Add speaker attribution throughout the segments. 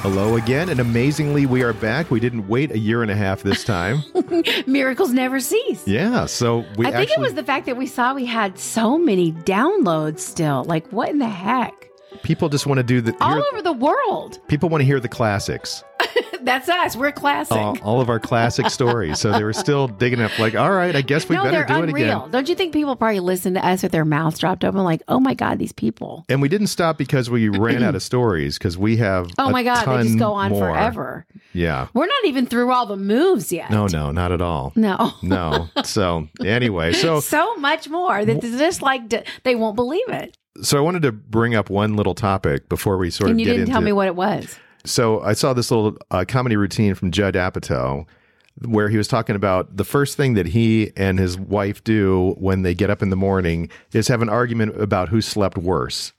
Speaker 1: Hello again, and amazingly, we are back. We didn't wait a year and a half this time.
Speaker 2: Miracles never cease.
Speaker 1: yeah, so we
Speaker 2: I think
Speaker 1: actually,
Speaker 2: it was the fact that we saw we had so many downloads still. Like, what in the heck?
Speaker 1: people just want to do the
Speaker 2: All
Speaker 1: hear-
Speaker 2: over the world.
Speaker 1: people want to hear the classics,
Speaker 2: That's us. We're classic.
Speaker 1: all, all of our classic stories. So they were still digging up, like, all right, I guess we
Speaker 2: no,
Speaker 1: better
Speaker 2: they're
Speaker 1: do it
Speaker 2: unreal.
Speaker 1: again.
Speaker 2: Don't you think people probably listen to us with their mouths dropped open, like, oh my God, these people.
Speaker 1: And we didn't stop because we ran out of stories because we have.
Speaker 2: Oh
Speaker 1: a
Speaker 2: my God, they just
Speaker 1: ton
Speaker 2: go on
Speaker 1: more.
Speaker 2: forever.
Speaker 1: Yeah.
Speaker 2: We're not even through all the moves yet.
Speaker 1: No, no, not at all.
Speaker 2: No.
Speaker 1: No. So anyway, so
Speaker 2: So much more that it's just like d- they won't believe it.
Speaker 1: so I wanted to bring up one little topic before we sort of
Speaker 2: And you
Speaker 1: get
Speaker 2: didn't
Speaker 1: into
Speaker 2: tell me what it was.
Speaker 1: So I saw this little uh, comedy routine from Judd Apatow where he was talking about the first thing that he and his wife do when they get up in the morning is have an argument about who slept worse.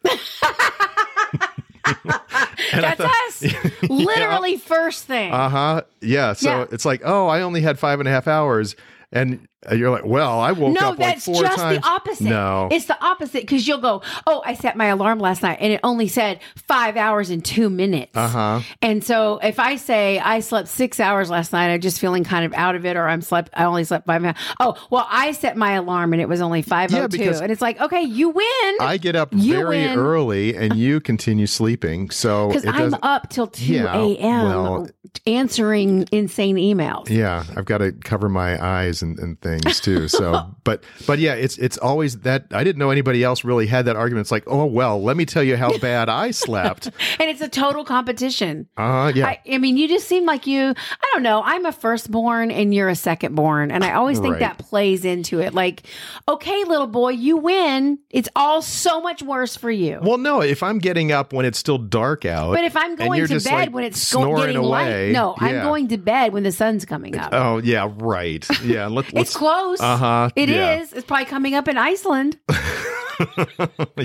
Speaker 2: That's us. Literally, first thing.
Speaker 1: Uh huh. Yeah. So
Speaker 2: Yeah.
Speaker 1: it's like, oh, I only had five and a half hours. And uh, you're like, well, I woke
Speaker 2: No,
Speaker 1: up like
Speaker 2: that's
Speaker 1: four
Speaker 2: just
Speaker 1: times.
Speaker 2: the opposite.
Speaker 1: No.
Speaker 2: It's the opposite because you'll go, Oh, I set my alarm last night and it only said five hours and two minutes. Uh
Speaker 1: Uh-huh.
Speaker 2: And so if I say I slept six hours last night, I'm just feeling kind of out of it, or I'm slept, I only slept five. minutes. Oh, well, I set my alarm and it was only 502.
Speaker 1: because-
Speaker 2: and it's like, Okay, you win.
Speaker 1: I get up
Speaker 2: You
Speaker 1: very
Speaker 2: win.
Speaker 1: early and you continue sleeping. So
Speaker 2: Because
Speaker 1: it
Speaker 2: I'm
Speaker 1: doesn't.
Speaker 2: up till 2
Speaker 1: Yeah,
Speaker 2: a.m.
Speaker 1: well-
Speaker 2: answering insane emails.
Speaker 1: Yeah, I've got to cover my eyes and, and things too. So, but but yeah, it's it's always that I didn't know anybody else really had that argument. It's like, oh well, let me tell you how bad I slept.
Speaker 2: And it's a total competition.
Speaker 1: Uh yeah,
Speaker 2: I, I mean, you just seem like you, I don't know, I'm a firstborn and you're a secondborn. And I always think
Speaker 1: Right.
Speaker 2: that plays into it. Like, okay, little boy, you win. It's all so much worse for you.
Speaker 1: well, no, if I'm getting up when it's still dark out,
Speaker 2: but if I'm
Speaker 1: and
Speaker 2: going
Speaker 1: you're
Speaker 2: to bed
Speaker 1: just, like,
Speaker 2: when it's go-
Speaker 1: snoring
Speaker 2: getting
Speaker 1: away,
Speaker 2: light, no, I'm
Speaker 1: yeah.
Speaker 2: going to bed when the sun's coming up.
Speaker 1: Oh yeah, right. Yeah, let,
Speaker 2: it's
Speaker 1: let's.
Speaker 2: close.
Speaker 1: Uh huh.
Speaker 2: It is.
Speaker 1: yeah.
Speaker 2: It's probably coming up in Iceland.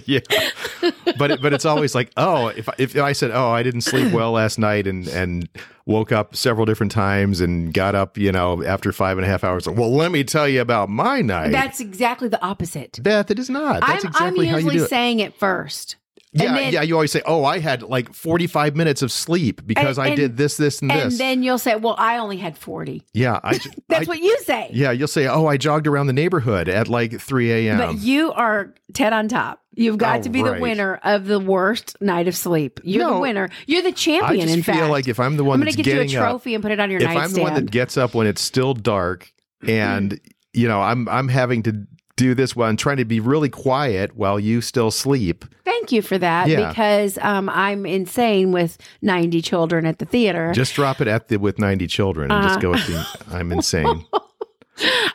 Speaker 1: yeah, but it, but it's always like, oh, if if I said, oh, I didn't sleep well last night, and and woke up several different times, and got up, you know, after five and a half hours. Well, let me tell you about my night.
Speaker 2: That's exactly the opposite.
Speaker 1: Beth, it is not. That's
Speaker 2: I'm,
Speaker 1: exactly
Speaker 2: I'm
Speaker 1: how you
Speaker 2: usually
Speaker 1: do it.
Speaker 2: saying it first.
Speaker 1: yeah,
Speaker 2: and then-
Speaker 1: yeah. You always say, oh, I had like forty five minutes of sleep because
Speaker 2: And-
Speaker 1: I
Speaker 2: and-
Speaker 1: did this, this, and
Speaker 2: And
Speaker 1: this.
Speaker 2: then you'll say, well, I only had 40.
Speaker 1: yeah, I. j-
Speaker 2: That's
Speaker 1: I-
Speaker 2: what you say.
Speaker 1: yeah, you'll say, "Oh, I jogged around the neighborhood at like 3 a.m."
Speaker 2: But you are Ted on top. You've got
Speaker 1: Um, Oh,
Speaker 2: to be
Speaker 1: right.
Speaker 2: the winner of the worst night of sleep. You're
Speaker 1: No.
Speaker 2: the winner. You're the
Speaker 1: I
Speaker 2: champion.
Speaker 1: just
Speaker 2: in
Speaker 1: feel
Speaker 2: fact,
Speaker 1: like if I'm the one
Speaker 2: I'm going
Speaker 1: that's
Speaker 2: to get you a
Speaker 1: getting up,
Speaker 2: trophy and put it on your
Speaker 1: if I'm
Speaker 2: nightstand. Mm-hmm.
Speaker 1: the one that gets up when it's still dark and you know I'm I'm having to do this while I'm trying to be really quiet while you still sleep.
Speaker 2: Thank you for that
Speaker 1: Yeah.
Speaker 2: because um, I'm insane with 90 children at the theater.
Speaker 1: Just drop it at the with 90 children and just go with the I'm insane.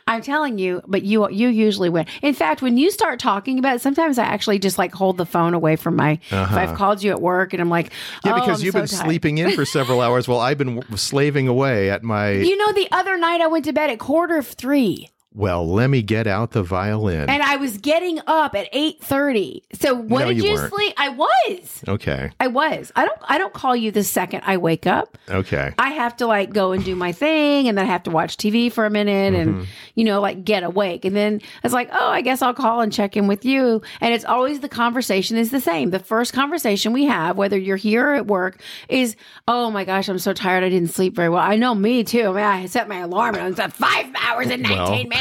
Speaker 2: I'm telling you, but you you usually win. In fact, when you start talking about it, sometimes I actually just like hold the phone away from my. If I've called you at work and I'm like,
Speaker 1: Uh-huh. Yeah,
Speaker 2: "Oh,
Speaker 1: because
Speaker 2: I'm
Speaker 1: you've
Speaker 2: so
Speaker 1: been
Speaker 2: tired."
Speaker 1: sleeping in for several hours while I've been w- slaving away at my
Speaker 2: You know, the other night I went to bed at quarter of three.
Speaker 1: well, let me get out the violin.
Speaker 2: and I was getting up at eight thirty. So what
Speaker 1: No,
Speaker 2: did
Speaker 1: you
Speaker 2: you,
Speaker 1: weren't.
Speaker 2: sleep? I was.
Speaker 1: okay.
Speaker 2: I was. I don't. I don't call you the second I wake up.
Speaker 1: Okay.
Speaker 2: I have to like go and do my thing, and then I have to watch TV for a minute,
Speaker 1: Mm-hmm.
Speaker 2: and you know, like get awake. And then I was like, oh, I guess I'll call and check in with you. And it's always the conversation is the same. The first conversation we have, whether you're here or at work, is, oh my gosh, I'm so tired. I didn't sleep very well. I know me too. I mean, I set my alarm and I was at five hours and nineteen minutes.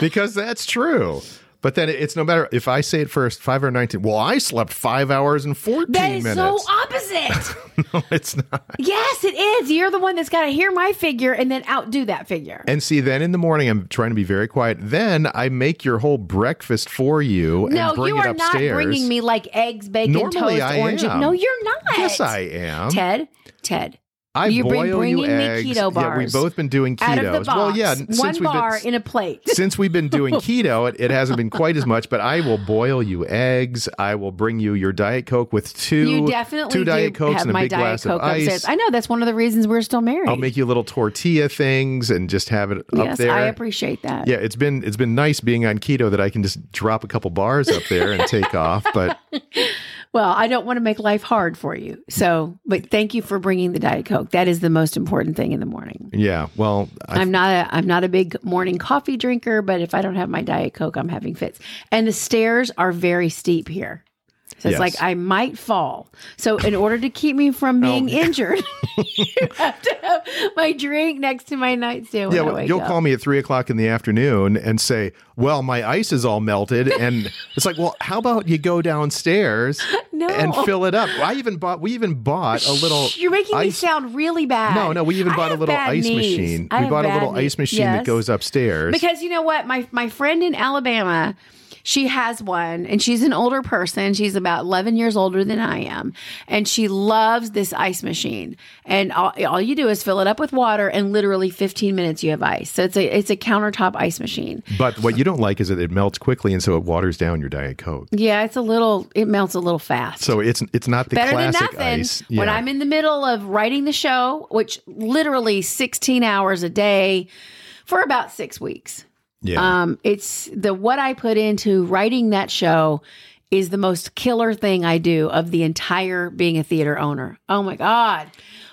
Speaker 1: because that's true. But then it's no matter if I say it first, five or nineteen. Well, I slept five hours and fourteen
Speaker 2: That is so
Speaker 1: minutes.
Speaker 2: opposite.
Speaker 1: no, it's not.
Speaker 2: Yes, it is. You're the one that's got to hear my figure and then outdo that figure.
Speaker 1: And see, then in the morning, I'm trying to be very quiet. Then I make your whole breakfast for you and
Speaker 2: no,
Speaker 1: bring
Speaker 2: you
Speaker 1: it
Speaker 2: are not
Speaker 1: upstairs.
Speaker 2: bringing me like eggs, bacon,
Speaker 1: Normally
Speaker 2: toast,
Speaker 1: I
Speaker 2: orange.
Speaker 1: am.
Speaker 2: No, you're not.
Speaker 1: Yes, I am.
Speaker 2: Ted, Ted,
Speaker 1: I
Speaker 2: you've been
Speaker 1: boil you
Speaker 2: bringing me
Speaker 1: eggs.
Speaker 2: keto
Speaker 1: Yeah, we've
Speaker 2: bars
Speaker 1: both been doing keto.
Speaker 2: out of the box,
Speaker 1: well, yeah, n-
Speaker 2: one
Speaker 1: since we've
Speaker 2: bar
Speaker 1: been.
Speaker 2: in a plate.
Speaker 1: since we've been doing keto, it, it hasn't been quite as much, but I will boil you eggs. I will bring you your Diet Coke with two,
Speaker 2: You definitely
Speaker 1: two
Speaker 2: do
Speaker 1: Diet Cokes
Speaker 2: have
Speaker 1: and a
Speaker 2: my
Speaker 1: big
Speaker 2: diet
Speaker 1: glass
Speaker 2: coke
Speaker 1: of ice.
Speaker 2: upstairs. I know that's one of the reasons we're still married.
Speaker 1: I'll make you little tortilla things and just have it up
Speaker 2: yes,
Speaker 1: there.
Speaker 2: I appreciate that.
Speaker 1: yeah, it's been it's been nice being on keto that I can just drop a couple bars up there and take off. But
Speaker 2: Well, I don't want to make life hard for you. So, but thank you for bringing the diet coke. That is the most important thing in the morning.
Speaker 1: yeah, well, I
Speaker 2: I'm not a I'm not a big morning coffee drinker, but if I don't have my diet coke, I'm having fits. And the stairs are very steep here. So it's
Speaker 1: Yes. Oh,
Speaker 2: like I might fall. So in order to keep me from being injured, you have to have my drink next to my nightstand. When
Speaker 1: Yeah,
Speaker 2: I
Speaker 1: well,
Speaker 2: wake
Speaker 1: you'll
Speaker 2: up.
Speaker 1: call me at three o'clock in the afternoon and say, "Well, my ice is all melted," and it's like, "Well, how about you go downstairs
Speaker 2: No.
Speaker 1: and fill it up?" I even bought. We even bought a little.
Speaker 2: You're making me
Speaker 1: ice-
Speaker 2: sound really bad.
Speaker 1: No, no, we even
Speaker 2: I
Speaker 1: bought a
Speaker 2: have
Speaker 1: little
Speaker 2: bad
Speaker 1: ice
Speaker 2: knees.
Speaker 1: machine.
Speaker 2: I
Speaker 1: We
Speaker 2: have
Speaker 1: bought a
Speaker 2: bad
Speaker 1: little
Speaker 2: knees.
Speaker 1: ice machine
Speaker 2: Yes.
Speaker 1: that goes upstairs.
Speaker 2: Because you know what? My my friend in Alabama, she has one and she's an older person. She's about 11 years older than I am. And she loves this ice machine. And all, all you do is fill it up with water and literally 15 minutes you have ice. So it's a it's a countertop ice machine.
Speaker 1: but what you don't like is that it melts quickly, and so it waters down your diet coke.
Speaker 2: Yeah, it's a little it melts a little fast.
Speaker 1: So it's it's not the
Speaker 2: Better than
Speaker 1: classic
Speaker 2: nothing.
Speaker 1: ice.
Speaker 2: When
Speaker 1: Yeah.
Speaker 2: I'm in the middle of writing the show, which literally 16 hours a day for about 6 weeks.
Speaker 1: yeah.
Speaker 2: Um, it's the what I put into writing that show is the most killer thing I do of the entire being a theater owner. Oh my god!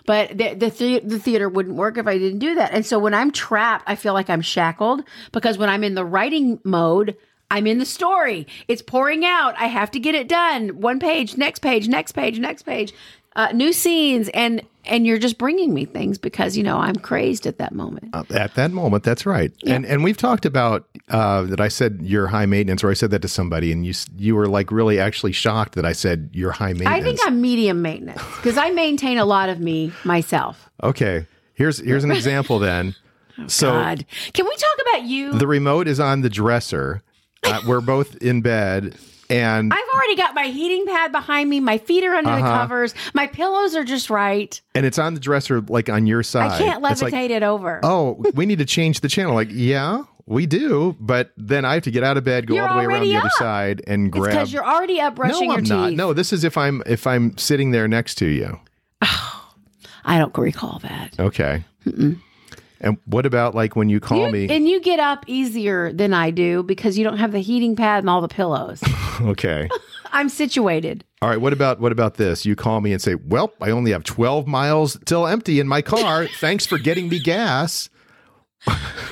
Speaker 2: But the the, the, the theater wouldn't work if I didn't do that. And so when I'm trapped, I feel like I'm shackled because when I'm in the writing mode. I'm in the story. It's pouring out. I have to get it done. One page, next page, next page, next page, uh, new scenes, and and you're just bringing me things because you know I'm crazed at that moment.
Speaker 1: Uh, at that moment that's right and and we've talked about uh that i said you're high maintenance or i said that to somebody and you s- you were like really actually shocked that i said you're high maintenance
Speaker 2: I think I'm medium maintenance because I maintain a lot of me myself.
Speaker 1: okay here's here's an example then so
Speaker 2: Oh, God, can we talk about you?
Speaker 1: the remote is on the dresser uh, we're both in bed and
Speaker 2: I've already got my heating pad behind me. My feet are under the
Speaker 1: Uh-huh.
Speaker 2: covers. My pillows are just right.
Speaker 1: and it's on the dresser like on your side
Speaker 2: I can't levitate
Speaker 1: It's like,
Speaker 2: it over.
Speaker 1: oh we need to change the channel like yeah we do but then i have to get out of bed go
Speaker 2: You're
Speaker 1: all the way around
Speaker 2: already
Speaker 1: the other
Speaker 2: up.
Speaker 1: side and
Speaker 2: it's
Speaker 1: grab
Speaker 2: because you're already up brushing
Speaker 1: no,
Speaker 2: your
Speaker 1: I'm
Speaker 2: teeth.
Speaker 1: not. No, this is if I'm if I'm sitting there next to you.
Speaker 2: I don't recall that.
Speaker 1: Okay. And what about like when you call me?
Speaker 2: And you get up easier than I do because you don't have the heating pad and all the pillows.
Speaker 1: okay.
Speaker 2: I'm situated.
Speaker 1: All right. What about what about this? You call me and say, "Well, I only have 12 miles till empty in my car. Thanks for getting me gas."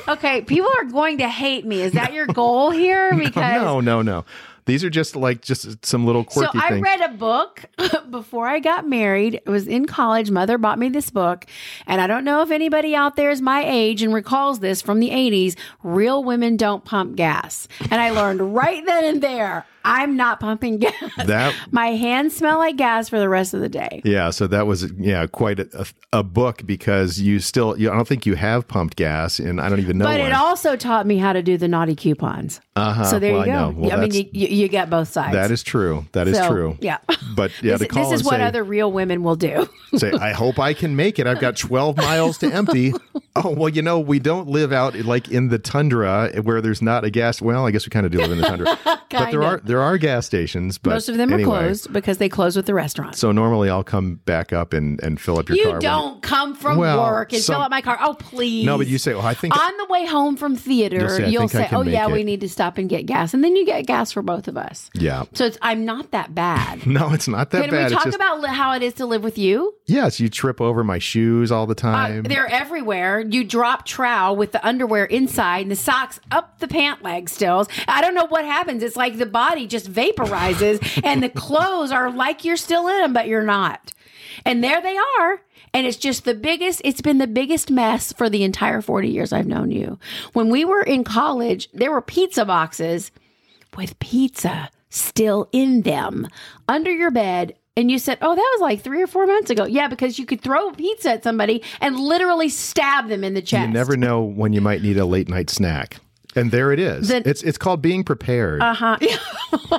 Speaker 2: Okay, people are going to hate me. Is that your goal here? Because
Speaker 1: No, no, no. These are just like just some little
Speaker 2: So
Speaker 1: quirky
Speaker 2: I
Speaker 1: things.
Speaker 2: read a book before I got married. It was in college. Mother bought me this book, and I don't know if anybody out there is my age and recalls this from the 80s. Real women don't pump gas. And I learned right then and there, I'm not pumping gas.
Speaker 1: that
Speaker 2: My hands smell like gas for the rest of the day.
Speaker 1: yeah, so that was yeah quite a, a, a book because you still you, I don't think you have pumped gas and I don't even know.
Speaker 2: But
Speaker 1: one.
Speaker 2: it also taught me how to do the naughty coupons.
Speaker 1: Uh-huh.
Speaker 2: So there
Speaker 1: Well,
Speaker 2: you
Speaker 1: I
Speaker 2: go.
Speaker 1: know. Well,
Speaker 2: I mean,
Speaker 1: that's-
Speaker 2: you, you, you get both sides.
Speaker 1: that is true. That is
Speaker 2: So,
Speaker 1: true.
Speaker 2: Yeah.
Speaker 1: But yeah, to
Speaker 2: this,
Speaker 1: call
Speaker 2: this is
Speaker 1: and
Speaker 2: what
Speaker 1: say,
Speaker 2: other real women will do.
Speaker 1: say, I hope I can make it. I've got 12 miles to empty. Oh, well, you know, we don't live out like in the tundra where there's not a gas. Well, I guess we kind of do live in the tundra, but there
Speaker 2: Kinda.
Speaker 1: are there are gas stations. But
Speaker 2: Most of them
Speaker 1: anyway,
Speaker 2: are closed because they close with the restaurants.
Speaker 1: So normally I'll come back up and, and fill up your car.
Speaker 2: You
Speaker 1: when-
Speaker 2: don't come from
Speaker 1: Well,
Speaker 2: work and
Speaker 1: some-
Speaker 2: fill up my car. Oh, please.
Speaker 1: No, but you say, well, I think
Speaker 2: on the way home from theater, you'll
Speaker 1: You'll say, "I
Speaker 2: say,
Speaker 1: think I can
Speaker 2: "Oh
Speaker 1: make
Speaker 2: yeah, we
Speaker 1: it."
Speaker 2: need to stop and get gas," and then you get gas for both of us.
Speaker 1: yeah.
Speaker 2: So it's I'm not that bad.
Speaker 1: No, it's not that
Speaker 2: Can
Speaker 1: bad.
Speaker 2: we talk
Speaker 1: it's just
Speaker 2: about li- how it is to live with you?
Speaker 1: yes, you trip over my shoes
Speaker 2: Uh,
Speaker 1: all the time.
Speaker 2: They're everywhere. You drop trowel with the underwear inside and the socks up the pant leg stills. I don't know what happens. It's like the body just vaporizes and the clothes are like you're still in them, but you're not. And there they are. And it's just the biggest, it's been the biggest mess for the entire 40 years I've known you. When we were in college, there were pizza boxes with pizza still in them under your bed. And you said, oh, that was like three or four months ago. Yeah, because you could throw pizza at somebody and literally stab them in the chest.
Speaker 1: you never know when you might need a late night snack. And there it is.
Speaker 2: Then-
Speaker 1: it's it's called being prepared. Uh-huh.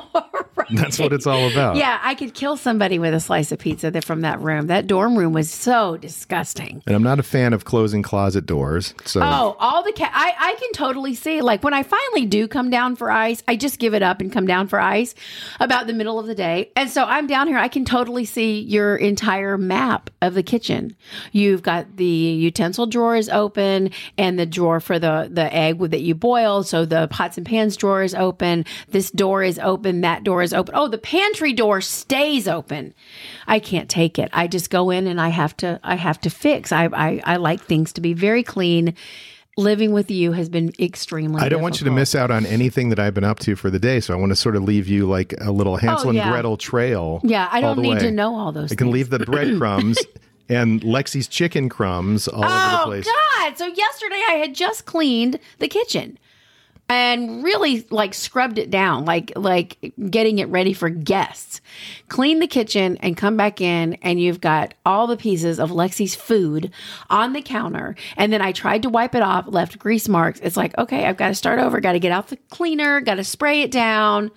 Speaker 1: That's what it's all about.
Speaker 2: yeah, I could kill somebody with a slice of pizza that from that room. That dorm room was so disgusting.
Speaker 1: And I'm not a fan of closing closet doors. So
Speaker 2: Oh, all the cat. I, I can totally see. Like when I finally do come down for ice, I just give it up and come down for ice about the middle of the day. And so I'm down here. I can totally see your entire map of the kitchen. You've got the utensil drawer is open and the drawer for the, the egg with- that you boil. So the pots and pans drawer is open. This door is open. That door is open. Oh, the pantry door stays open. I can't take it. I just go in and I have to, I have to fix. I, I, I like things to be very clean living with you has been extremely.
Speaker 1: I don't want you to miss out on anything that I've been up to for the day. So I want to sort of leave you like a little Hansel
Speaker 2: Oh, yeah.
Speaker 1: and Gretel trail.
Speaker 2: Yeah, I
Speaker 1: all
Speaker 2: don't
Speaker 1: the
Speaker 2: need
Speaker 1: way.
Speaker 2: to know all those.
Speaker 1: I can
Speaker 2: things.
Speaker 1: leave the breadcrumbs and Lexi's chicken crumbs all over the
Speaker 2: Oh
Speaker 1: place.
Speaker 2: God! So yesterday I had just cleaned the kitchen and really like scrubbed it down, like like getting it ready for guests. Clean the kitchen and come back in, and you've got all the pieces of Lexi's food on the counter. And then I tried to wipe it off, left grease marks. It's like okay, I've got to start over. Got to get out the cleaner. Got to spray it down.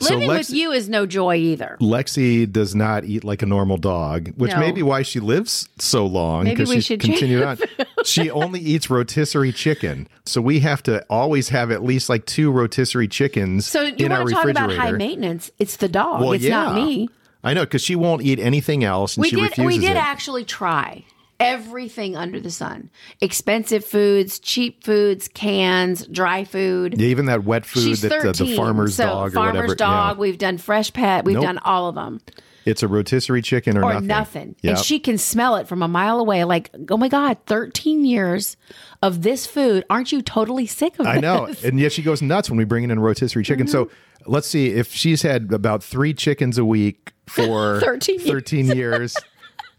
Speaker 1: So
Speaker 2: Living
Speaker 1: Lex-
Speaker 2: with you is no joy either.
Speaker 1: Lexi does not eat like a normal dog, which may
Speaker 2: No.
Speaker 1: be why she lives so long
Speaker 2: Maybe
Speaker 1: because
Speaker 2: we
Speaker 1: she
Speaker 2: should
Speaker 1: continued on. She only eats rotisserie chicken, so we have to always have at least like two rotisserie chickens
Speaker 2: So you
Speaker 1: in our
Speaker 2: want to talk about
Speaker 1: refrigerator.
Speaker 2: high maintenance? It's the dog.
Speaker 1: well,
Speaker 2: it's
Speaker 1: yeah,
Speaker 2: not me.
Speaker 1: I know because she won't eat anything else, and
Speaker 2: we
Speaker 1: she
Speaker 2: did
Speaker 1: refuses
Speaker 2: we did
Speaker 1: it.
Speaker 2: actually try everything under the sun expensive foods cheap foods cans dry food
Speaker 1: Yeah, even that wet food
Speaker 2: She's
Speaker 1: that uh, the,
Speaker 2: 13,
Speaker 1: the farmer's
Speaker 2: so
Speaker 1: dog
Speaker 2: farmer's
Speaker 1: or whatever.
Speaker 2: dog.
Speaker 1: yeah.
Speaker 2: We've done fresh pet. We've
Speaker 1: Nope.
Speaker 2: done all of them
Speaker 1: it's a rotisserie chicken or,
Speaker 2: or
Speaker 1: nothing.
Speaker 2: nothing.
Speaker 1: Yep.
Speaker 2: And she can smell it from a mile away. Like, oh my god, thirteen years of this food. Aren't you totally sick of
Speaker 1: I
Speaker 2: it?
Speaker 1: know. And yet she goes nuts when we bring in a rotisserie chicken. So
Speaker 2: Mm-hmm.
Speaker 1: let's see if she's had about three chickens a week for
Speaker 2: 13 years.
Speaker 1: 13 years.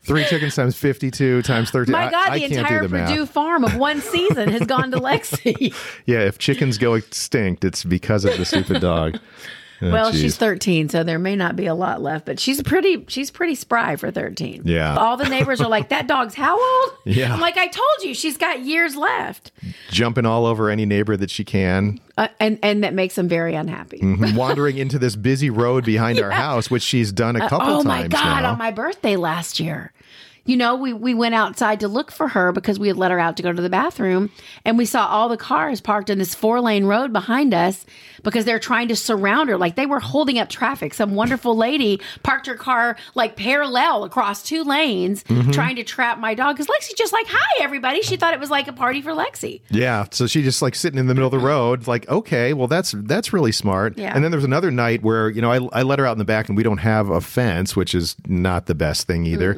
Speaker 1: Three chickens times 52 times 13.
Speaker 2: My
Speaker 1: I-
Speaker 2: God,
Speaker 1: I,
Speaker 2: the
Speaker 1: can't
Speaker 2: entire
Speaker 1: do the math.
Speaker 2: Purdue farm of one season has gone to Lexi.
Speaker 1: Yeah, if chickens go extinct, it's because of the stupid dog. Oh,
Speaker 2: Well,
Speaker 1: geez.
Speaker 2: she's 13, so there may not be a lot left, but she's pretty she's pretty spry for 13.
Speaker 1: Yeah.
Speaker 2: All the neighbors are like, "That dog's how old?"
Speaker 1: Yeah.
Speaker 2: I'm like, "I told you, she's got years left."
Speaker 1: jumping all over any neighbor that she can,
Speaker 2: Uh, and and that makes them very unhappy.
Speaker 1: Mm-hmm. wandering into this busy road behind our house, which she's done a couple
Speaker 2: Oh
Speaker 1: times.
Speaker 2: my god,
Speaker 1: now.
Speaker 2: on my birthday last year. You know, we we went outside to look for her because we had let her out to go to the bathroom and we saw all the cars parked in this four-lane road behind us because they're trying to surround her like they were holding up traffic. Some wonderful lady parked her car like parallel across two lanes
Speaker 1: Mm-hmm.
Speaker 2: trying to trap my dog cuz Lexi just like, "Hi everybody." She thought it was like a party for Lexi.
Speaker 1: Yeah, so she just like sitting in the middle of the road, like, okay, well that's that's really smart.
Speaker 2: Yeah.
Speaker 1: And then there was another night where you know I, I let her out in the back, and we don't have a fence, which is not the best thing either.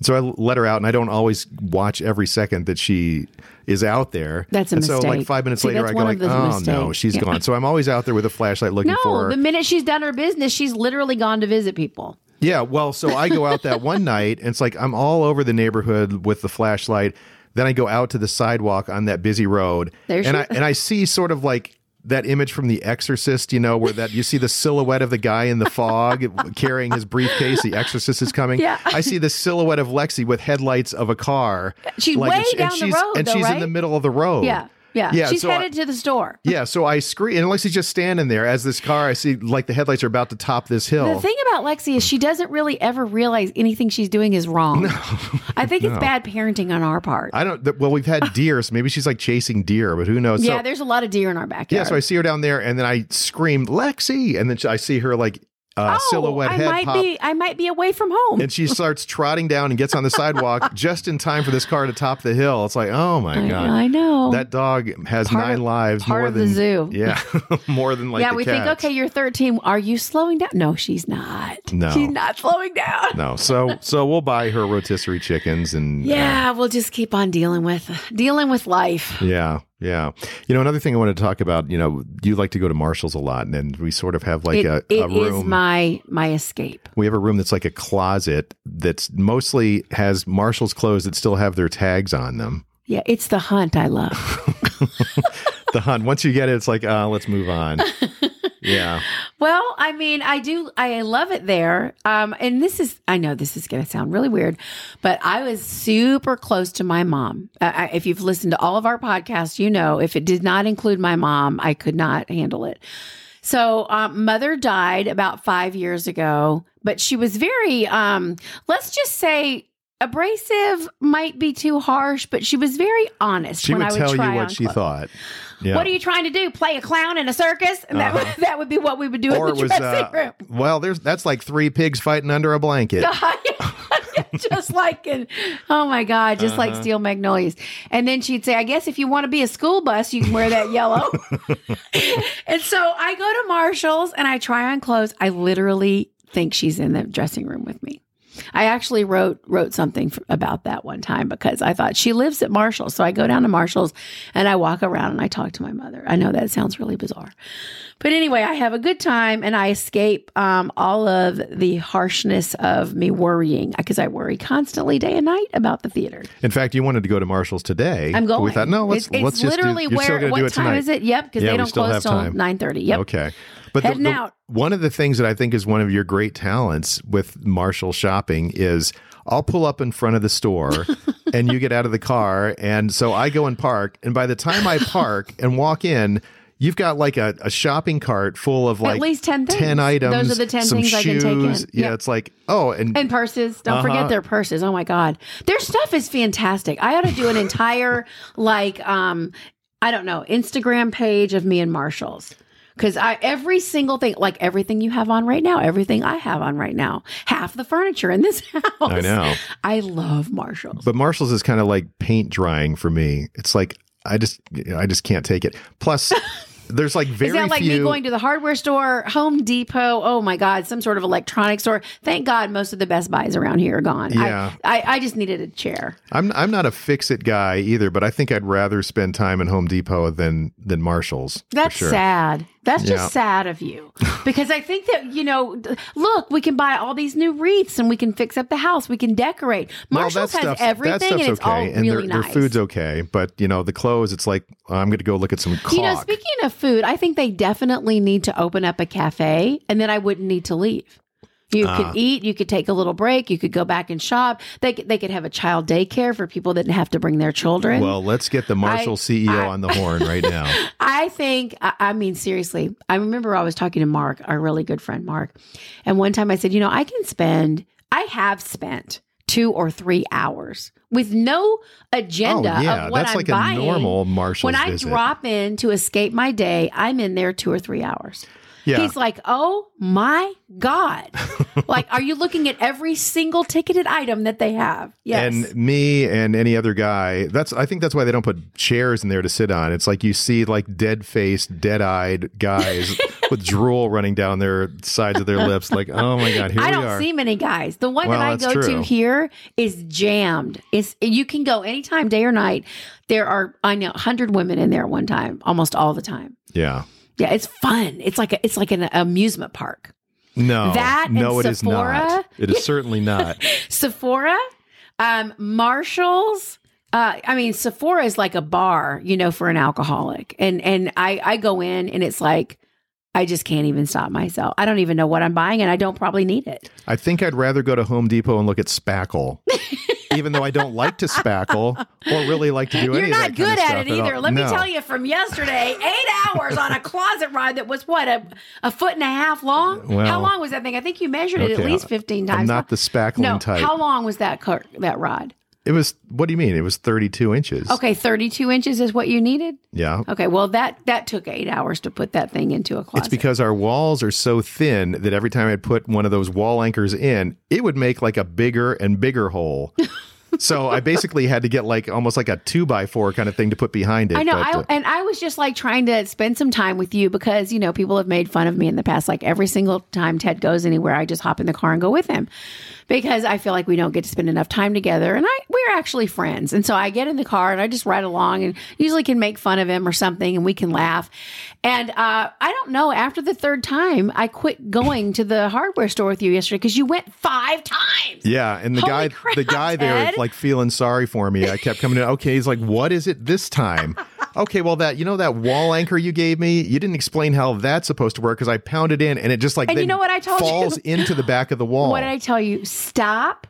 Speaker 1: And so I let her out, and I don't always watch every second that she is out there.
Speaker 2: That's a
Speaker 1: and So like
Speaker 2: mistake.
Speaker 1: five minutes
Speaker 2: See,
Speaker 1: later,
Speaker 2: that's
Speaker 1: I go
Speaker 2: one
Speaker 1: like,
Speaker 2: of the
Speaker 1: oh no,
Speaker 2: mistakes.
Speaker 1: she's
Speaker 2: Yeah.
Speaker 1: gone. So I'm always out there with a flashlight looking for
Speaker 2: No,
Speaker 1: her.
Speaker 2: the minute she's done her business, she's literally gone to visit people.
Speaker 1: Yeah, well, so I go out that one night, and it's like I'm all over the neighborhood with the flashlight. Then I go out to the sidewalk on that busy road,
Speaker 2: There she-
Speaker 1: and I and I see sort of like that image from The Exorcist, you know, where that you see the silhouette of the guy in the fog carrying his briefcase. The Exorcist is coming.
Speaker 2: Yeah.
Speaker 1: I see the silhouette of Lexi with headlights of a car.
Speaker 2: She's way
Speaker 1: and she-
Speaker 2: down
Speaker 1: and
Speaker 2: the
Speaker 1: she's,
Speaker 2: road,
Speaker 1: and
Speaker 2: though,
Speaker 1: she's in
Speaker 2: right?
Speaker 1: the middle of the road.
Speaker 2: Yeah. Yeah.
Speaker 1: Yeah,
Speaker 2: she's
Speaker 1: so I-
Speaker 2: headed to the store.
Speaker 1: Yeah, so I scream, and Lexi's just standing there as this car. I see like the headlights are about to top this hill.
Speaker 2: The thing about Lexi is she doesn't really ever realize anything she's doing is wrong. I think it's bad parenting on our part.
Speaker 1: I don't. th- Well, we've had deer, so maybe she's like chasing deer, but who knows?
Speaker 2: yeah,
Speaker 1: so,
Speaker 2: there's a lot of deer in our backyard.
Speaker 1: yeah. So I see her down there, and then I scream, "Lexi!" And then sh- I see her like uh,
Speaker 2: Oh,
Speaker 1: silhouette
Speaker 2: I
Speaker 1: head
Speaker 2: might
Speaker 1: pop,
Speaker 2: be I might be away from home.
Speaker 1: and she starts trotting down and gets on the sidewalk just in time for this car to top the hill. It's like, oh my
Speaker 2: I,
Speaker 1: god,
Speaker 2: I know.
Speaker 1: that dog has
Speaker 2: Part
Speaker 1: nine
Speaker 2: of-
Speaker 1: lives
Speaker 2: part
Speaker 1: more
Speaker 2: of the
Speaker 1: than
Speaker 2: zoo.
Speaker 1: Yeah, more than like
Speaker 2: yeah,
Speaker 1: the
Speaker 2: we think,
Speaker 1: cats.
Speaker 2: okay, you're 13. Are you slowing down? No, she's not.
Speaker 1: No.
Speaker 2: She's not slowing down.
Speaker 1: No, so so we'll buy her rotisserie chickens and uh,
Speaker 2: Yeah, we'll just keep on dealing with dealing with life.
Speaker 1: Yeah, yeah. You know, another thing I wanted to talk about. You know, you like to go to Marshalls a lot, and then we sort of have like
Speaker 2: It-
Speaker 1: a, a
Speaker 2: it
Speaker 1: room.
Speaker 2: is my my escape.
Speaker 1: we have a room that's like a closet that's mostly has Marshall's clothes that still have their tags on them.
Speaker 2: Yeah, it's the hunt I love.
Speaker 1: The hunt. Once you get it, it's like, uh, let's move on. yeah.
Speaker 2: Well, I mean, I do. I love it there. Um, and this is, I know this is going to sound really weird, but I was super close to my mom. Uh, I, if you've listened to all of our podcasts, you know, if it did not include my mom, I could not handle it. So, um, mother died about five years ago, but she was very, um, let's just say, abrasive might be too harsh, but she was very honest.
Speaker 1: She
Speaker 2: when
Speaker 1: would
Speaker 2: I would
Speaker 1: tell
Speaker 2: try
Speaker 1: you
Speaker 2: on
Speaker 1: what she
Speaker 2: clothes.
Speaker 1: thought. Yeah. Uh-huh.
Speaker 2: What are you trying to do? Play a clown in a circus? And that, would, that would be what we would do
Speaker 1: or
Speaker 2: in
Speaker 1: it
Speaker 2: the
Speaker 1: was
Speaker 2: dressing
Speaker 1: uh,
Speaker 2: room.
Speaker 1: well, there's that's like three pigs fighting under a blanket.
Speaker 2: just like in, oh my god, just
Speaker 1: Uh-huh.
Speaker 2: like steel magnolias. And then she'd say, "I guess if you want to be a school bus, you can wear that yellow." and so I go to Marshalls and I try on clothes. I literally think she's in the dressing room with me. I actually wrote wrote something f about that one time because I thought she lives at Marshall's, so I go down to Marshall's and I walk around and I talk to my mother. I know that sounds really bizarre, but anyway, I have a good time and I escape um, all of the harshness of me worrying because I worry constantly day and night about the theater.
Speaker 1: In fact, you wanted to go to Marshall's today.
Speaker 2: I'm going.
Speaker 1: We thought, no, let's
Speaker 2: it's, it's
Speaker 1: let's just
Speaker 2: literally
Speaker 1: do, you're still
Speaker 2: where.
Speaker 1: gonna
Speaker 2: What
Speaker 1: do it
Speaker 2: time
Speaker 1: tonight.
Speaker 2: is it? Yep, because
Speaker 1: Yeah,
Speaker 2: they
Speaker 1: we
Speaker 2: don't
Speaker 1: still
Speaker 2: close
Speaker 1: have
Speaker 2: till
Speaker 1: time.
Speaker 2: nine thirty. Yep.
Speaker 1: Okay. But the,
Speaker 2: Heading
Speaker 1: the-
Speaker 2: out.
Speaker 1: one of the things that I think is one of your great talents with Marshall shopping is I'll pull up in front of the store and you get out of the car. And so I go and park. And by the time I park and walk in, you've got like a, a shopping cart full of like
Speaker 2: least 10 things.
Speaker 1: items.
Speaker 2: Those are the 10
Speaker 1: some
Speaker 2: things I can take in.
Speaker 1: shoes. Yeah,
Speaker 2: Yep.
Speaker 1: it's like, oh, and,
Speaker 2: And purses. Don't
Speaker 1: Uh-huh.
Speaker 2: forget their purses. Oh my God. Their stuff is fantastic. I ought to do an entire, like, um, I don't know, Instagram page of me and Marshall's. Cause I every single thing, like everything you have on right now, everything I have on right now, half the furniture in this house.
Speaker 1: I know.
Speaker 2: I love Marshalls.
Speaker 1: But Marshall's is kind of like paint drying for me. It's like I just I just can't take it. Plus, there's like very
Speaker 2: Is that like
Speaker 1: few.
Speaker 2: me going to the hardware store, Home Depot? Oh my God, some sort of electronics store. Thank God most of the Best Buys around here are gone. I-
Speaker 1: Yeah.
Speaker 2: I, I just needed a chair.
Speaker 1: I'm I'm not a fix it guy either, but I think I'd rather spend time in Home Depot than than Marshalls. for
Speaker 2: That's
Speaker 1: sure.
Speaker 2: sad. That's
Speaker 1: Yeah.
Speaker 2: just sad of you. Because I think that, you know, d- look, we can buy all these new wreaths and we can fix up the house. We can decorate.
Speaker 1: Well,
Speaker 2: Marshalls
Speaker 1: that
Speaker 2: has
Speaker 1: stuff's- that
Speaker 2: everything and
Speaker 1: stuff's
Speaker 2: it's all
Speaker 1: okay, and their,
Speaker 2: really
Speaker 1: their
Speaker 2: nice.
Speaker 1: food's okay, but you know the clothes. It's like I'm going to go look at some caulk.
Speaker 2: you know, speaking of food, I think they definitely need to open up a cafe and then I wouldn't need to leave. You
Speaker 1: Ah.
Speaker 2: could eat, you could take a little break, you could go back and shop. They could, they could have a child daycare for people that have to bring their children.
Speaker 1: well, let's get the Marshall CEO
Speaker 2: I-
Speaker 1: on the horn right now.
Speaker 2: I think, I, I mean, seriously, I remember I was talking to Mark, our really good friend Mark. And one time I said, you know, I can spend, I have spent two or three hours with no
Speaker 1: oh
Speaker 2: agenda
Speaker 1: yeah,
Speaker 2: of what
Speaker 1: that's
Speaker 2: I'm
Speaker 1: like
Speaker 2: buying.
Speaker 1: a normal Marshalls
Speaker 2: when I
Speaker 1: visit.
Speaker 2: drop in to escape my day, I'm in there two or three hours.
Speaker 1: yeah,
Speaker 2: He's like, oh my God. like, are you looking at every single ticketed item that they have? Yes.
Speaker 1: And me and any other guy, that's I think that's why they don't put chairs in there to sit on. It's like you see like dead faced, dead eyed guys with drool running down their sides of their lips, like, oh my god, here
Speaker 2: I
Speaker 1: we
Speaker 2: don't
Speaker 1: are.
Speaker 2: see many guys. The one
Speaker 1: Well,
Speaker 2: that I
Speaker 1: that's
Speaker 2: go
Speaker 1: true.
Speaker 2: to here is jammed. It's you can go anytime, day or night. There are I know hundred women in there at one time, almost all the time.
Speaker 1: yeah.
Speaker 2: Yeah, it's fun. It's like a, it's like an amusement park.
Speaker 1: No.
Speaker 2: That and
Speaker 1: no, it is
Speaker 2: Sephora?
Speaker 1: not. It is certainly not.
Speaker 2: Sephora, um, Marshalls. Uh, I mean, Sephora is like a bar, you know, for an alcoholic. And and I I go in and it's like I just can't even stop myself. I don't even know what I'm buying, and I don't probably need it.
Speaker 1: I think I'd rather go to Home Depot and look at spackle. Even though I don't like to spackle or really like to do
Speaker 2: You're
Speaker 1: any
Speaker 2: not
Speaker 1: of that kind
Speaker 2: good
Speaker 1: of
Speaker 2: at
Speaker 1: stuff
Speaker 2: it either.
Speaker 1: all.
Speaker 2: Let me
Speaker 1: No.
Speaker 2: tell you from yesterday, eight hours on a closet ride that was what, a, a foot and a half long?
Speaker 1: Well-
Speaker 2: how long was that thing? I think you measured it
Speaker 1: Okay,
Speaker 2: at least 15 times.
Speaker 1: I'm not the spackling
Speaker 2: no,
Speaker 1: type.
Speaker 2: how long was that cur- that rod?
Speaker 1: it was what do you mean? It was 32 inches.
Speaker 2: Okay, 32 inches is what you needed?
Speaker 1: Yeah.
Speaker 2: Okay, well that that took 8 hours to put that thing into a closet.
Speaker 1: It's because our walls are so thin that every time I'd put one of those wall anchors in, it would make like a bigger and bigger hole. so I basically had to get like almost like a two by four kind of thing to put behind it.
Speaker 2: I know,
Speaker 1: but,
Speaker 2: I,
Speaker 1: uh,
Speaker 2: and I was just like trying to spend some time with you because you know people have made fun of me in the past. Like every single time Ted goes anywhere, I just hop in the car and go with him because I feel like we don't get to spend enough time together. And I we're actually friends, and so I get in the car and I just ride along and usually can make fun of him or something, and we can laugh. And uh, I don't know. After the third time, I quit going to the hardware store with you yesterday because you went five times.
Speaker 1: yeah, and the
Speaker 2: Holy
Speaker 1: guy,
Speaker 2: crap,
Speaker 1: the guy there,
Speaker 2: Ted.
Speaker 1: like feeling sorry for me. I kept coming in. Okay, he's like, "What is it this time?" okay, well that you know that wall anchor you gave me, you didn't explain how that's supposed to work because I pounded in and it just like
Speaker 2: And you
Speaker 1: then
Speaker 2: know what I told you?
Speaker 1: falls into the back of the wall.
Speaker 2: What did I tell you? Stop.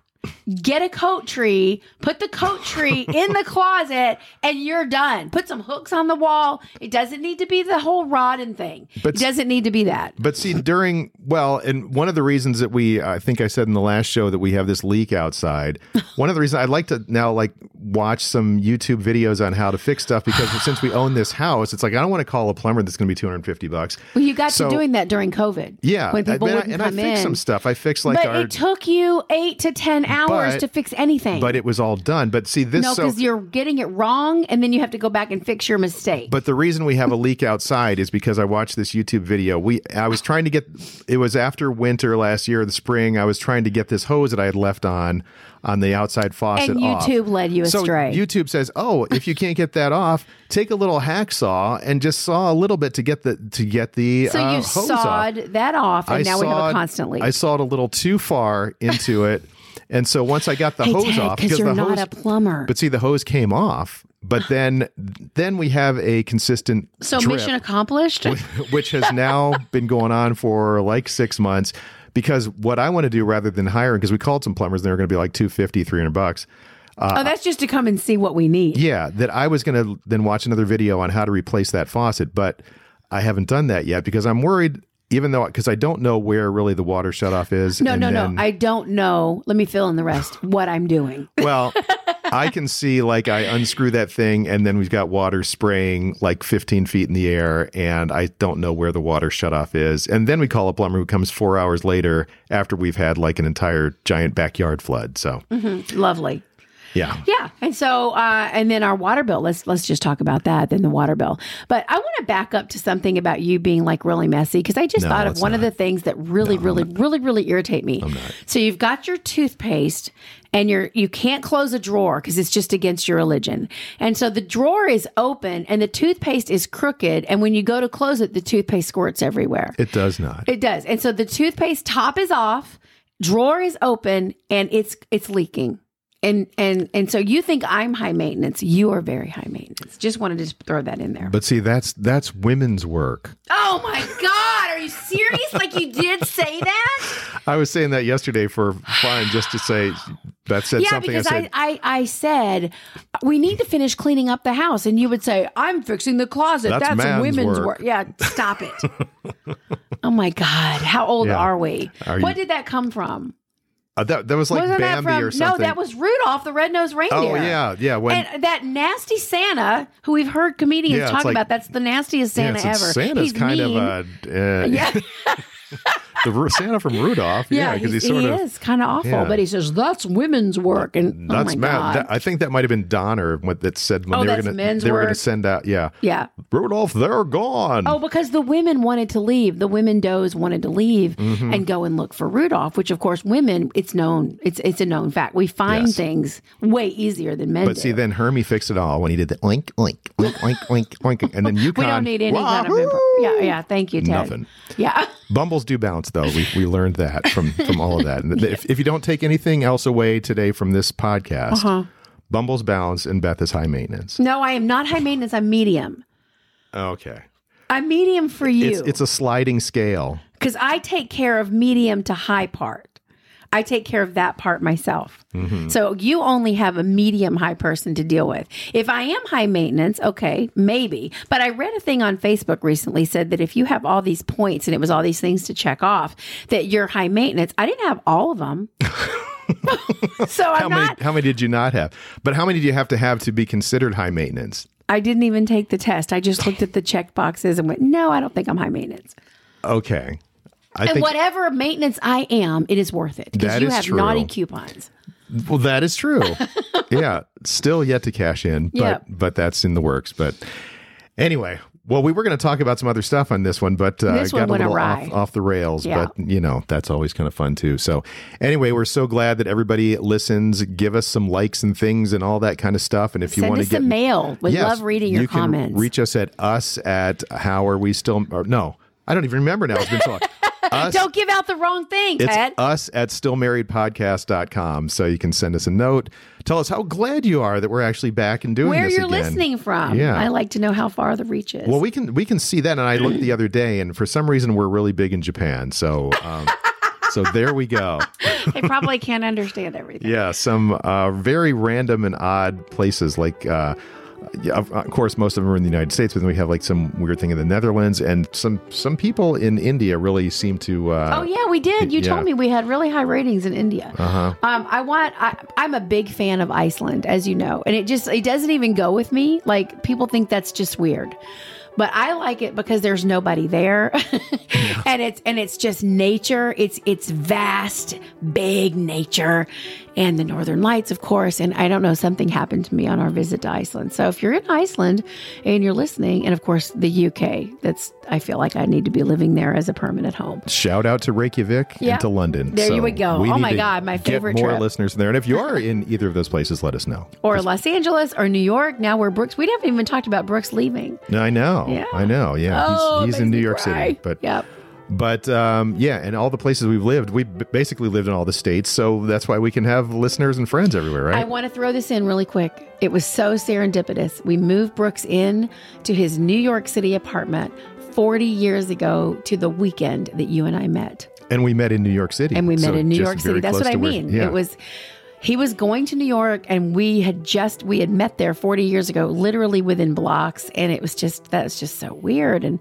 Speaker 2: Get a coat tree, put the coat tree in the closet, and you're done. Put some hooks on the wall. It doesn't need to be the whole rod and thing.
Speaker 1: But-
Speaker 2: it doesn't need to be that.
Speaker 1: But see, during well, and one of the reasons that we, I think I said in the last show that we have this leak outside. One of the reasons I'd like to now like watch some YouTube videos on how to fix stuff because since we own this house, it's like I don't want to call a plumber that's going to be two hundred and fifty bucks.
Speaker 2: Well, you got
Speaker 1: So-
Speaker 2: to doing that during COVID.
Speaker 1: Yeah,
Speaker 2: When people
Speaker 1: and I,
Speaker 2: wouldn't
Speaker 1: and I
Speaker 2: come
Speaker 1: fixed
Speaker 2: in.
Speaker 1: some stuff. I fixed like
Speaker 2: but
Speaker 1: our
Speaker 2: it took you eight to 10 hours hours
Speaker 1: But-
Speaker 2: to fix anything.
Speaker 1: but it was all done. But see this
Speaker 2: no,
Speaker 1: so
Speaker 2: because you're getting it wrong, and then you have to go back and fix your mistake.
Speaker 1: But the reason we have a leak outside is because I watched this YouTube video. We I was trying to get it was after winter last year, the spring. I was trying to get this hose that I had left on on the outside faucet
Speaker 2: and
Speaker 1: off.
Speaker 2: YouTube led you
Speaker 1: So
Speaker 2: astray.
Speaker 1: YouTube says, "Oh, if you can't get that off, take a little hacksaw and just saw a little bit to get the to get the
Speaker 2: so
Speaker 1: uh,
Speaker 2: you
Speaker 1: hose off."
Speaker 2: sawed that off, and
Speaker 1: I
Speaker 2: now we have a
Speaker 1: sawed-
Speaker 2: constant leak.
Speaker 1: I sawed a little too far into it, and so once I got the
Speaker 2: Hey,
Speaker 1: hose
Speaker 2: Ted,
Speaker 1: off
Speaker 2: 'cause you're
Speaker 1: the
Speaker 2: not
Speaker 1: hose,
Speaker 2: a plumber.
Speaker 1: But see, the hose came off. But then, then we have a consistent
Speaker 2: so
Speaker 1: drip
Speaker 2: mission accomplished.
Speaker 1: which has now been going on for like six months because what i want to do rather than hiring because we called some plumbers and they were going to be like 250 300 bucks
Speaker 2: oh, that's just to come and see what we need.
Speaker 1: uh, yeah that i was going to then watch another video on how to replace that faucet but i haven't done that yet because i'm worried even though because i don't know where really the water shutoff is
Speaker 2: No,
Speaker 1: and
Speaker 2: no,
Speaker 1: then-
Speaker 2: no. I don't know. Let me fill in the rest. What I'm doing.
Speaker 1: Well, I can see like I unscrew that thing, and then we've got water spraying like 15 feet in the air, and I don't know where the water shutoff is. And then we call a plumber who comes four hours later after we've had like an entire giant backyard flood. So,
Speaker 2: Lovely.
Speaker 1: yeah.
Speaker 2: Yeah, and so uh, and then our water bill. Let's let's just talk about that. Then the water bill. But I want to back up to something about you being like really messy because I just
Speaker 1: No,
Speaker 2: thought of
Speaker 1: let's
Speaker 2: one of the things that really, really, really, really irritate me. So you've got your toothpaste and you're you can't close a drawer because it's just against your religion. And so the drawer is open and the toothpaste is crooked. And when you go to close it, the toothpaste squirts everywhere.
Speaker 1: It does not.
Speaker 2: It does. And so the toothpaste top is off, drawer is open, and it's it's leaking. And and and so you think I'm high maintenance. You are very high maintenance. Just wanted to just throw that in there.
Speaker 1: but see, that's that's women's work.
Speaker 2: oh my God. Are you serious? like you did say that?
Speaker 1: I was saying that yesterday for fun, just to say that said
Speaker 2: Yeah,
Speaker 1: something. I
Speaker 2: because I,
Speaker 1: said,
Speaker 2: I, I said we need to finish cleaning up the house. And you would say, I'm fixing the closet.
Speaker 1: That's
Speaker 2: That's,
Speaker 1: man's
Speaker 2: women's
Speaker 1: work.
Speaker 2: work. Yeah, stop it. oh my God. How old
Speaker 1: Yeah.
Speaker 2: are we?
Speaker 1: Are
Speaker 2: what
Speaker 1: you-
Speaker 2: did that come from?
Speaker 1: uh, that, that was like
Speaker 2: Wasn't
Speaker 1: Bambi
Speaker 2: that from?
Speaker 1: or something.
Speaker 2: No, that was Rudolph the Red-Nosed Reindeer.
Speaker 1: Oh yeah, yeah. When
Speaker 2: and that nasty Santa, who we've heard comedians
Speaker 1: Yeah, it's
Speaker 2: talk
Speaker 1: like-
Speaker 2: about, that's the nastiest
Speaker 1: yeah,
Speaker 2: Santa
Speaker 1: it's-
Speaker 2: ever.
Speaker 1: Santa's
Speaker 2: he's
Speaker 1: kind
Speaker 2: mean.
Speaker 1: of a uh,
Speaker 2: yeah,
Speaker 1: the Ru- Santa from Rudolph. Yeah,
Speaker 2: yeah,
Speaker 1: because
Speaker 2: he's,
Speaker 1: he's, sort
Speaker 2: he
Speaker 1: of.
Speaker 2: is kind of awful.
Speaker 1: yeah.
Speaker 2: But he says that's women's work, and
Speaker 1: That's
Speaker 2: oh my
Speaker 1: Matt.
Speaker 2: god,
Speaker 1: That, I think that might have been Donner what that said when
Speaker 2: Oh,
Speaker 1: they were
Speaker 2: that's
Speaker 1: going
Speaker 2: men's
Speaker 1: to they were going to
Speaker 2: work.
Speaker 1: send out. Yeah,
Speaker 2: yeah.
Speaker 1: Rudolph, they're gone.
Speaker 2: Oh, because the women wanted to leave. The women does wanted to leave
Speaker 1: Mm-hmm.
Speaker 2: and go and look for Rudolph, which of course women, it's known, it's it's a known fact. We find
Speaker 1: Yes.
Speaker 2: things way easier than men.
Speaker 1: but
Speaker 2: do.
Speaker 1: see, then Hermie fixed it all when he did the oink oink oink oink oink oink, and then UConn.
Speaker 2: we don't need any kind of
Speaker 1: Wahoo!
Speaker 2: improv. Yeah, yeah. Thank you, Ted.
Speaker 1: Nothing.
Speaker 2: Yeah.
Speaker 1: Bumbles do bounce, though. We, we learned that from from all of that. And if, if you don't take anything else away today from this podcast,
Speaker 2: Uh-huh.
Speaker 1: Bumbles bounce and Beth is high maintenance.
Speaker 2: No, I am not high maintenance. I'm medium.
Speaker 1: Okay,
Speaker 2: I'm medium for you.
Speaker 1: it's it's a sliding scale.
Speaker 2: because I take care of medium to high part. I take care of that part myself.
Speaker 1: Mm-hmm.
Speaker 2: So you only have a medium high person to deal with. If I am high maintenance, okay, maybe. But I read a thing on Facebook recently said that if you have all these points and it was all these things to check off, that you're high maintenance. I didn't have all of them. so I'm
Speaker 1: How many
Speaker 2: not
Speaker 1: how many did you not have? But how many do you have to have to be considered high maintenance?
Speaker 2: I didn't even take the test. I just looked at the check boxes and went, "No, I don't think I'm high maintenance."
Speaker 1: Okay. I
Speaker 2: And
Speaker 1: think
Speaker 2: whatever maintenance I am, it is worth it because
Speaker 1: That
Speaker 2: you
Speaker 1: is
Speaker 2: have
Speaker 1: true.
Speaker 2: naughty coupons.
Speaker 1: well that is true. yeah, still yet to cash in, but
Speaker 2: Yep.
Speaker 1: but that's in the works. But anyway, well, we were going to talk about some other stuff on this one, but uh,
Speaker 2: This one
Speaker 1: got a
Speaker 2: went
Speaker 1: little
Speaker 2: awry.
Speaker 1: off, off the rails.
Speaker 2: Yeah.
Speaker 1: But you know, that's always kind of fun too. So anyway, we're so glad that everybody listens. Give us some likes and things and all that kind of stuff. And if you
Speaker 2: Send
Speaker 1: want to
Speaker 2: us
Speaker 1: get
Speaker 2: a mail. We
Speaker 1: Yes,
Speaker 2: love reading your
Speaker 1: you can
Speaker 2: comments.
Speaker 1: reach us at us at how are we still? Or, no, I don't even remember now. It's been so long. Us
Speaker 2: Don't give out the wrong thing,
Speaker 1: it's
Speaker 2: Ted.
Speaker 1: us at stillmarriedpodcast.com. So you can send us a note. Tell us how glad you are that we're actually back and doing
Speaker 2: Where
Speaker 1: this
Speaker 2: you're
Speaker 1: again.
Speaker 2: listening from.
Speaker 1: Yeah.
Speaker 2: I like to know how far the reach is.
Speaker 1: Well, we can we can see that. And I looked the other day, and for some reason, we're really big in Japan. So um, so there we go.
Speaker 2: they probably can't understand everything.
Speaker 1: Yeah, some uh, very random and odd places like. Uh, yeah, of of course, most of them are in the United States, but then we have like some weird thing in the Netherlands, and some some people in India really seem to. Uh,
Speaker 2: Oh yeah, we did. You
Speaker 1: Yeah.
Speaker 2: told me we had really high ratings in India. Uh-huh. Um, I want. I, I'm a big fan of Iceland, as you know, and it just it doesn't even go with me. Like people think that's just weird, but I like it because there's nobody there, and it's and it's just nature. It's it's vast, big nature, and the Northern Lights, of course. And I don't know, something happened to me on our visit to Iceland. So if you're in Iceland and you're listening, and of course the UK, that's I feel like I need to be living there as a permanent home.
Speaker 1: Shout out to Reykjavik
Speaker 2: Yeah.
Speaker 1: and to London.
Speaker 2: There you would go.
Speaker 1: we
Speaker 2: Oh
Speaker 1: need
Speaker 2: my
Speaker 1: to
Speaker 2: God, my favorite
Speaker 1: Get more
Speaker 2: trip.
Speaker 1: listeners there, and if you are in either of those places, let us know.
Speaker 2: Or Los Angeles or New York. Now we're Brooks. We haven't even talked about Brooks leaving.
Speaker 1: I know.
Speaker 2: Yeah.
Speaker 1: I know. Yeah,
Speaker 2: Oh, it
Speaker 1: he's, he's in
Speaker 2: makes
Speaker 1: New
Speaker 2: me
Speaker 1: York City,
Speaker 2: cry.
Speaker 1: but
Speaker 2: Yep.
Speaker 1: But um, yeah, and all the places we've lived, we b- basically lived in all the states, so that's why we can have listeners and friends everywhere,
Speaker 2: I
Speaker 1: right?
Speaker 2: want to throw this in really quick. It was so serendipitous. We moved Brooks in to his New York City apartment 40 years ago to the weekend that you and I met.
Speaker 1: and we met in New York City,
Speaker 2: And we met
Speaker 1: so
Speaker 2: in New
Speaker 1: just
Speaker 2: York City.
Speaker 1: very
Speaker 2: That's
Speaker 1: close
Speaker 2: what I
Speaker 1: to where-
Speaker 2: mean.
Speaker 1: yeah.
Speaker 2: It was he was going to New York and we had just we had met there 40 years ago, literally within blocks, and it was just that's just so weird and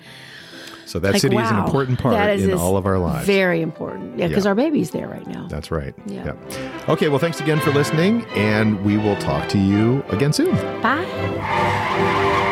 Speaker 1: so that
Speaker 2: like,
Speaker 1: city is an
Speaker 2: wow.
Speaker 1: important part
Speaker 2: That is
Speaker 1: in
Speaker 2: just
Speaker 1: all of our lives.
Speaker 2: Very important. Yeah, because our baby's there right now.
Speaker 1: that's right.
Speaker 2: Yeah.
Speaker 1: yeah. Okay. Well, thanks again for listening, and we will talk to you again soon.
Speaker 2: Bye.